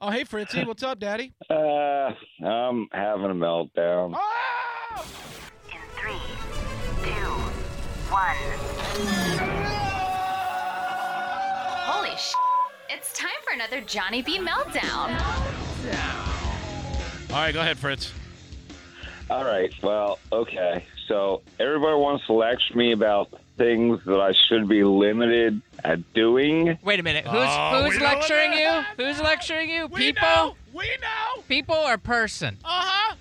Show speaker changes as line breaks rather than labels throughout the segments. Oh, hey, Fritzy. What's up, Daddy?
Uh, I'm having a meltdown.
Oh!
In three, two, one. Holy sh! It's time for another Johnny B meltdown.
All right, go ahead, Fritz.
All right. Well, okay. So everybody wants to lecture me about things that I should be limited at doing.
Wait a minute. Who's
Oh, we
who's
know
lecturing
it.
you? Who's lecturing you?
We
People?
know. We know.
People or person?
Uh huh.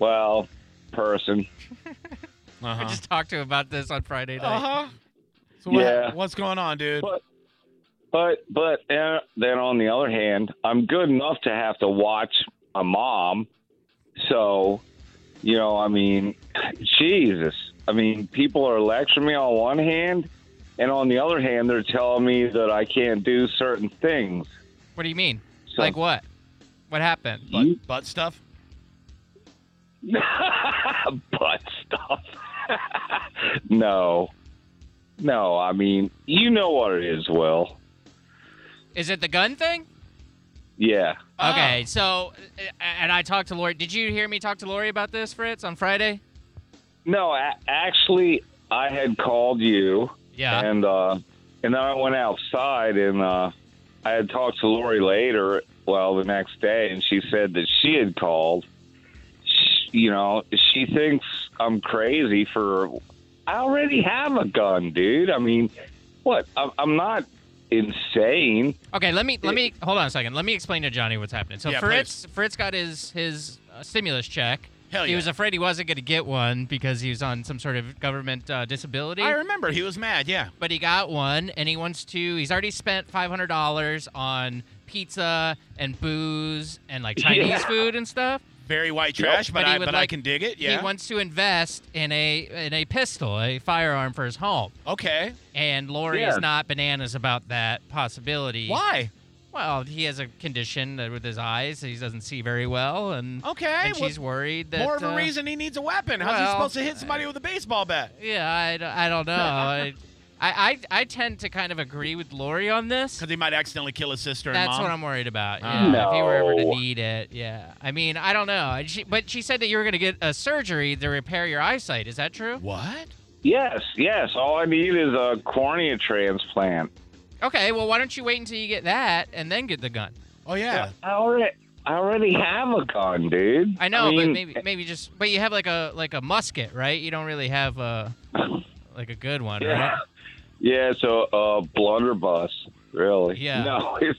Well, person.
Uh-huh.
I just talked to him about this on Friday night.
Uh huh. So what,
Yeah.
what's going on, dude?
But but but uh, then on the other hand, I'm good enough to have to watch a mom. So, you know, I mean, Jesus. I mean, people are lecturing me on one hand, and on the other hand, they're telling me that I can't do certain things.
What do you mean?
So,
Like what? What happened?
you-
Butt, butt stuff.
butt stuff. no. No, I mean, you know what it is, Will.
Is it the gun thing?
Yeah.
Oh.
Okay, so uh, and I talked to Lori. Did you hear me talk to Lori about this, Fritz, on Friday?
No, a- actually, I had called you,
Yeah.
and uh, and then I went outside, and uh, I had talked to Lori later, well, the next day, and she said that she had called. Sh you know, she thinks I'm crazy for. I already have a gun, dude. I mean, what? I'm, I'm not insane.
Okay, let me let me hold on a second. Let me explain to Johnny what's happening. So
Yeah,
Fritz Fritz got his his uh, stimulus check.
Hell
he
yeah.
was afraid he wasn't going to get one because he was on some sort of government uh, disability.
I remember he was mad. Yeah.
but he got one and he wants to he's already spent $500 on pizza and booze and like chinese
Yeah.
food and stuff
Very white trash, but,
But he
I
would
but I
like-
can dig it. Yeah.
he wants to invest in a in a pistol a firearm for his home
okay.
and lori is
Yeah.
not bananas about that possibility
Why?
well he has a condition that with his eyes he doesn't see very well and,
Okay.
and
well,
she's worried that
more of a
uh,
reason he needs a weapon. How's he
well, uh,
supposed to hit somebody with a baseball bat?
yeah i, d- I don't know I, I i i tend to kind of agree with lori on this
Because he might accidentally kill his sister and
That's
mom.
what I'm worried about.
Oh.
Yeah, if you were ever to
No.
need it, yeah. I mean, I don't know. And she, but she said that you were going to get a surgery to repair your eyesight. Is that true?
What?
Yes, yes. All I need is a cornea transplant.
Okay. Well, why don't you wait until you get that and then get the gun?
Oh yeah.
I already, I already have a gun, dude.
I know,
mean, eh.
but maybe maybe just but you have like a like a musket, right? You don't really have a like a good one,
Yeah.
right?
Yeah, it's a, a blunderbuss, really.
Yeah.
No, it's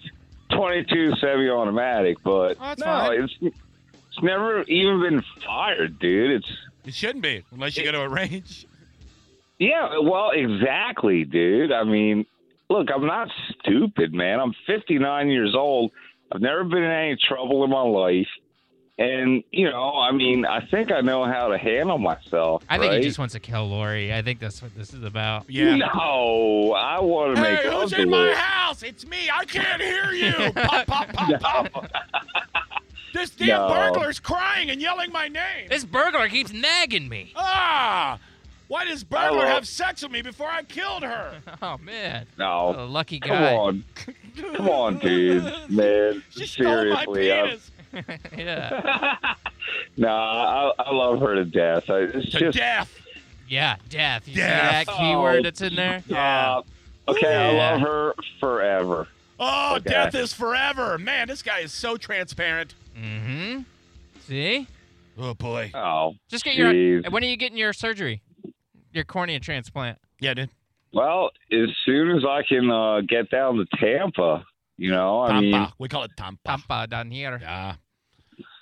22 semi-automatic,
Oh,
but
that's
no,
fine.
it's it's never even been fired, dude. It's
It shouldn't be unless you go to a range.
yeah, well, exactly, dude. I mean, look, I'm not stupid, man. I'm 59 years old. I've never been in any trouble in my life. And, you know, I mean, I think I know how to handle myself.
I think
right?
he just wants to kill Lori. I think that's what this is about.
Yeah.
No, I want to make
Hey, who's
up
in my
the-
house? It's me. I can't hear you. pop, pop, pop, pop. this damn
No.
burglar's crying and yelling my name.
This burglar keeps nagging me.
ah! Why does burglar
Hello.
have sex with me before I killed her?
Oh man,
No.
Oh,
a lucky
Come
guy.
on. Come on, dude. Man,
She stole my
seriously. uh, I,
penis.
yeah,
nah, I, I love her to death. I, it's
To
just.
death.
yeah, death. You
Death.
see that keyword that's in there?
Yeah.
Uh, okay,
Yeah.
I love her forever.
Oh,
Okay.
death is forever. Man, this guy is so transparent.
Mm-hmm. See?
Oh, boy.
Oh,
Just get your.
Jeez.
When are you getting your surgery? Your cornea transplant.
Yeah, dude.
well, as soon as I can uh, get down to Tampa, you know, I mean,
Tampa. We call it Tampa.
Pampa down here.
Yeah.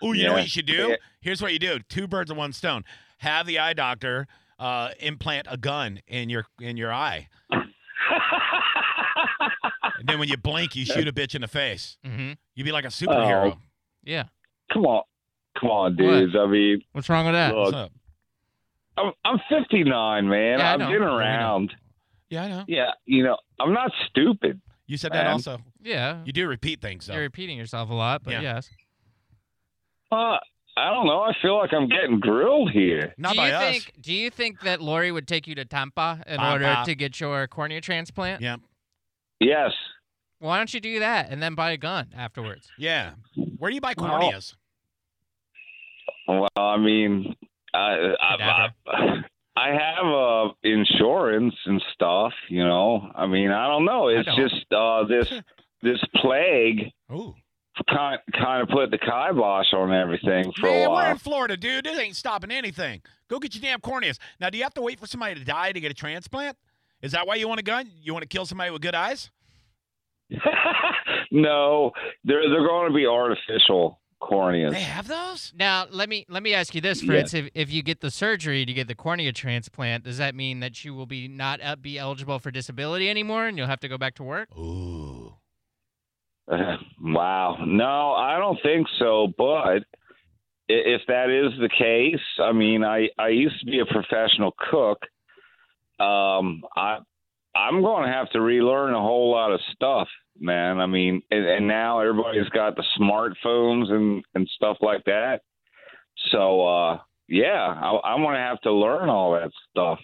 Oh, you know what
Yeah.
you should do?
Yeah.
Here's what you do: two birds and one stone. Have the eye doctor uh, implant a gun in your in your eye, and then when you blink, you shoot a bitch in the face.
Mm-hmm.
You'd be like a
Oh,
superhero.
Yeah.
come on. Come on, dudes. I mean,
What's wrong with that?
Look.
What's up?
I'm, I'm 59, man.
Yeah, I
I've
know.
been
I know.
around.
Yeah, I know.
Yeah, you know, I'm not stupid.
You said that
Man.
also.
Yeah.
You do repeat things
You're
though.
repeating yourself a lot, but
Yeah.
yes.
Uh, I don't know. I feel like I'm getting grilled here.
Not
do
by
you
us.
think? Do you think that Lori would take you to Tampa in order
Tampa.
to get your cornea transplant?
Yeah.
Yes.
Why don't you do that and then buy a gun afterwards?
Yeah. Where do you buy
Well,
corneas?
Well, I mean, I I, I, I have uh, insurance and stuff. You know, I mean, I don't know. It's
don't.
just uh, this this plague
Ooh.
kind kind of put the kibosh on everything for a
Man, we're in
while.
Florida, dude. This ain't stopping anything. Go get your damn corneas. Now, do you have to wait for somebody to die to get a transplant? Is that why you want a gun? You want to kill somebody with good eyes?
no, they're they're going to be artificial corneas.
They have those?
Now let me let me ask you this,
Yeah.
Fritz. If if you get the surgery to get the cornea transplant, does that mean that you will be not uh, be eligible for disability anymore and you'll have to go back to work?
Ooh.
wow. No, I don't think so. But i- if that is the case, I mean, I I used to be a professional cook. Um, I I'm going to have to relearn a whole lot of stuff, man. I mean, and, and now everybody's got the smartphones and and stuff like that. So uh, yeah, I, I'm going to have to learn all that stuff.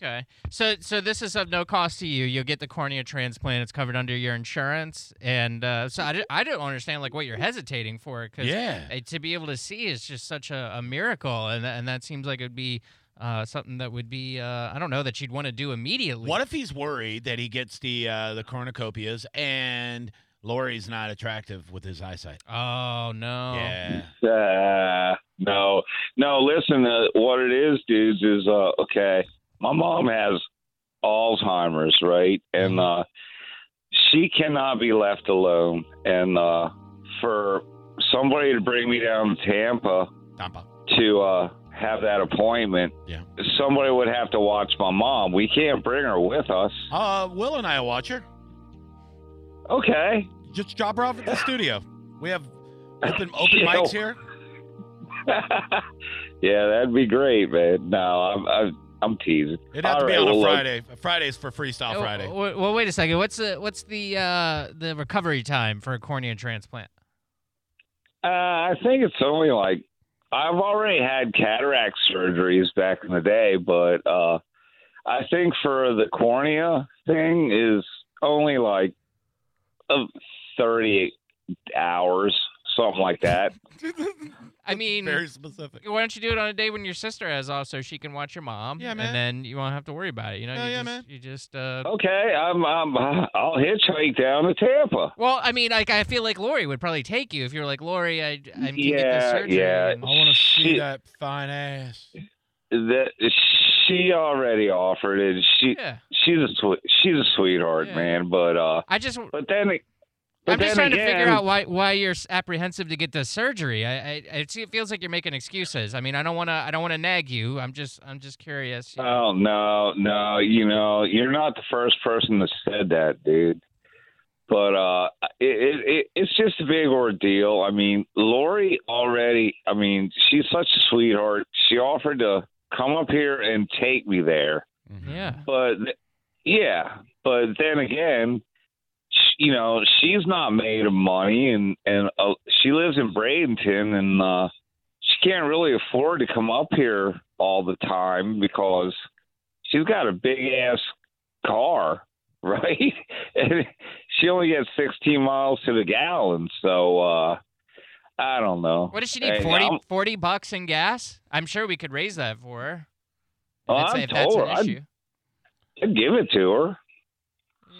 Okay. So so this is of no cost to you. You'll get the cornea transplant. It's covered under your insurance, and uh, so I, di- I don't understand like what you're hesitating for because
Yeah.
to be able to see is just such a, a miracle, and tha- and that seems like it'd be. Uh, something that would be uh, I don't know that you'd want to do immediately.
What if he's worried that he gets the uh, the cornucopias and Lori's not attractive with his eyesight?
Oh no!
Yeah.
Uh, no, no. Listen, uh, what it is, dudes, is uh, okay. My mom has Alzheimer's, right, and
Mm-hmm.
uh, she cannot be left alone. And uh, for somebody to bring me down to Tampa
Tampa.
to uh, have that appointment,
Yeah.
somebody would have to watch my mom. We can't bring her with us.
Uh, Will and I will watch her.
Okay.
Just drop her off at the studio. We have open open
Yo.
mics here.
yeah, that'd be great, man. No, I'm, I'm, I'm teasing.
It'd have to
All
be
right,
on a
well, look.
Friday. Friday's for Freestyle
Oh,
Friday.
w- well, wait a second. What's the what's the uh, the recovery time for a cornea transplant?
Uh, I think it's only like I've already had cataract surgeries back in the day, but uh, I think for the cornea thing is only like uh, thirty hours, something like that.
oh. I mean,
Very specific.
why don't you do it on a day when your sister has off, so she can watch your mom?
Yeah, man.
And then you won't have to worry about it. You know,
Hell
you
yeah,
just,
man.
You just uh,
okay, I'm, I'm I'll hitchhike down to Tampa.
well, I mean, like I feel like Lori would probably take you if you're like Lori. I I'm to get this
Yeah,
surgery.
yeah.
I
and-
want to see
Shit.
that fine ass.
That she already offered it. She
yeah.
she's a sweet she's a sweetheart,
Yeah.
man. But uh,
I just
but then. it- But
I'm just
then
trying to
again-
figure out why why you're s- apprehensive to get the surgery. I, I it se- it feels like you're making excuses. I mean, I don't want to I don't want to nag you. I'm just I'm just curious. you know.
Oh no, no, you know, you're not the first person that said that, dude. But uh, it, it, it it's just a big ordeal. I mean, Lori already. I mean, she's such a sweetheart. She offered to come up here and take me there,
Yeah.
but th- yeah, but then again, sh- you know, she's not made of money, and and uh, she lives in Bradenton, and uh, she can't really afford to come up here all the time because she's got a big ass car, right? and she only gets sixteen miles to the gallon, so uh, I don't know.
What does she need?
Hey,
40,
I'm-
40 bucks in gas? I'm sure we could raise that for her. If
Oh,
it's-
I'm
if that's an
told. I'd-
issue.
I'd give it to her.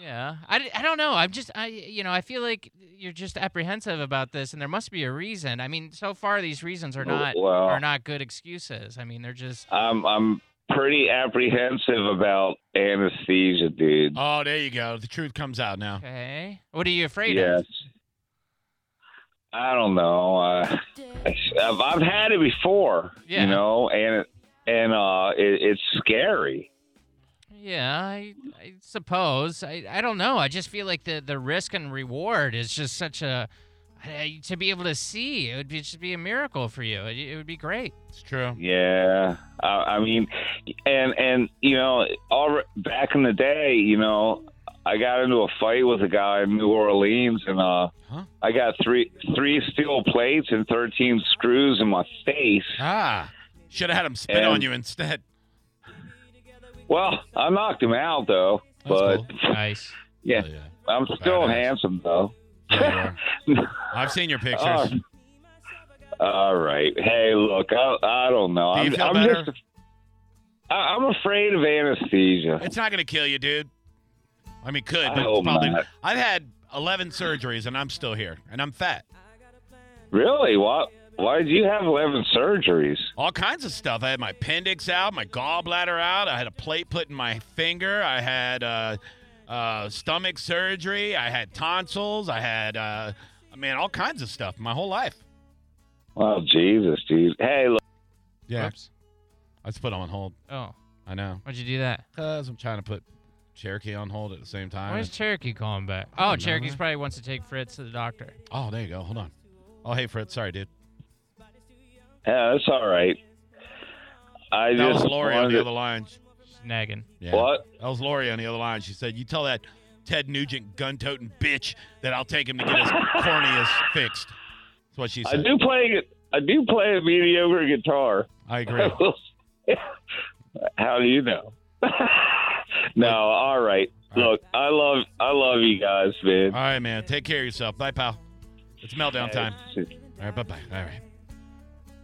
Yeah. I, d- I don't know. I'm just, I you know, I feel like you're just apprehensive about this, and there must be a reason. I mean, so far, these reasons are not
well,
are not good excuses. I mean, they're just.
I'm I'm pretty apprehensive about anesthesia, dude.
Oh, there you go. The truth comes out now.
Okay. What are you afraid
yes.
of?
I don't know. Uh, I've, I've had it before,
Yeah.
you know, and and uh, it, it's scary.
Yeah, I, I suppose. I, I don't know. I just feel like the, the risk and reward is just such a. I- To be able to see, it would be, just be a miracle for you. It, it would be great.
It's true.
Yeah, I, I mean, and and you know, all back in the day, you know, I got into a fight with a guy in New Orleans, and uh,
Huh?
I got three three steel plates and thirteen screws in my face.
Ah, should have had him spit
And-
on you instead.
Well, I knocked him out though,
That's
but
cool.
Nice.
Yeah.
Oh, yeah.
I'm still
Badass.
handsome though.
Yeah, you are. I've seen your pictures.
Oh. All right. Hey, look, I, I don't know.
Do you
I'm,
feel
I'm
better?
just. I, I'm afraid of anesthesia.
It's not going to kill you, dude. I mean, could,
I
but it's
hope
probably.
not.
I've had 11 surgeries and I'm still here and I'm fat.
Really? Why? Why did you have eleven surgeries?
All kinds of stuff. I had my appendix out, my gallbladder out. I had a plate put in my finger. I had uh, uh, stomach surgery. I had tonsils. I had, uh, man, all kinds of stuff my whole life.
Oh Jesus, dude. Hey, look.
Yeah.
Oops.
I just put on hold.
Oh,
I know.
why'd you do that?
Because I'm trying to put Cherokee on hold at the same time.
Where's Cherokee calling back?
Uh, I don't
Oh,
know,
Cherokee's
man.
probably wants to take Fritz to the doctor.
oh, there you go. Hold on. Oh, hey, Fred. Sorry, dude.
Yeah, that's all right. I
That
just
was Lori on
wanted-
the other line.
She's nagging.
Yeah.
What?
That was Lori on the other line. She said, "You tell that Ted Nugent gun-toting bitch that I'll take him to get his corneas fixed." That's what she
I
said.
do play. I do play a mediocre guitar.
I agree.
How do you know? no, all right. Look, I love I love you guys, man.
All right, man. Take care of yourself. Bye, pal. It's meltdown time. All right, bye bye. All right.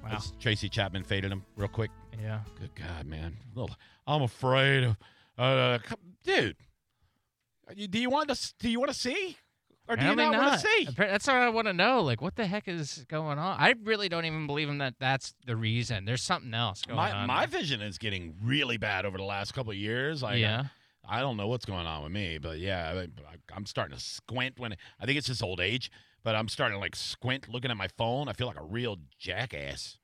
Wow.
That's Tracy Chapman faded him real quick.
yeah.
Good God, man. Little- I'm afraid of. Uh, come- dude, you- do you want to? Do you want to see? Or do you
Apparently
not, want to see?
Appar- That's what I want to know. Like, what the heck is going on? I really don't even believe him that that's the reason. There's something else going
My
on.
my
there.
vision is getting really bad over the last couple of years. Like,
yeah.
I don't know what's going on with me, but yeah, I, I- I'm starting to squint when I think it's just old age, but I'm starting to like squint looking at my phone. I feel like a real jackass.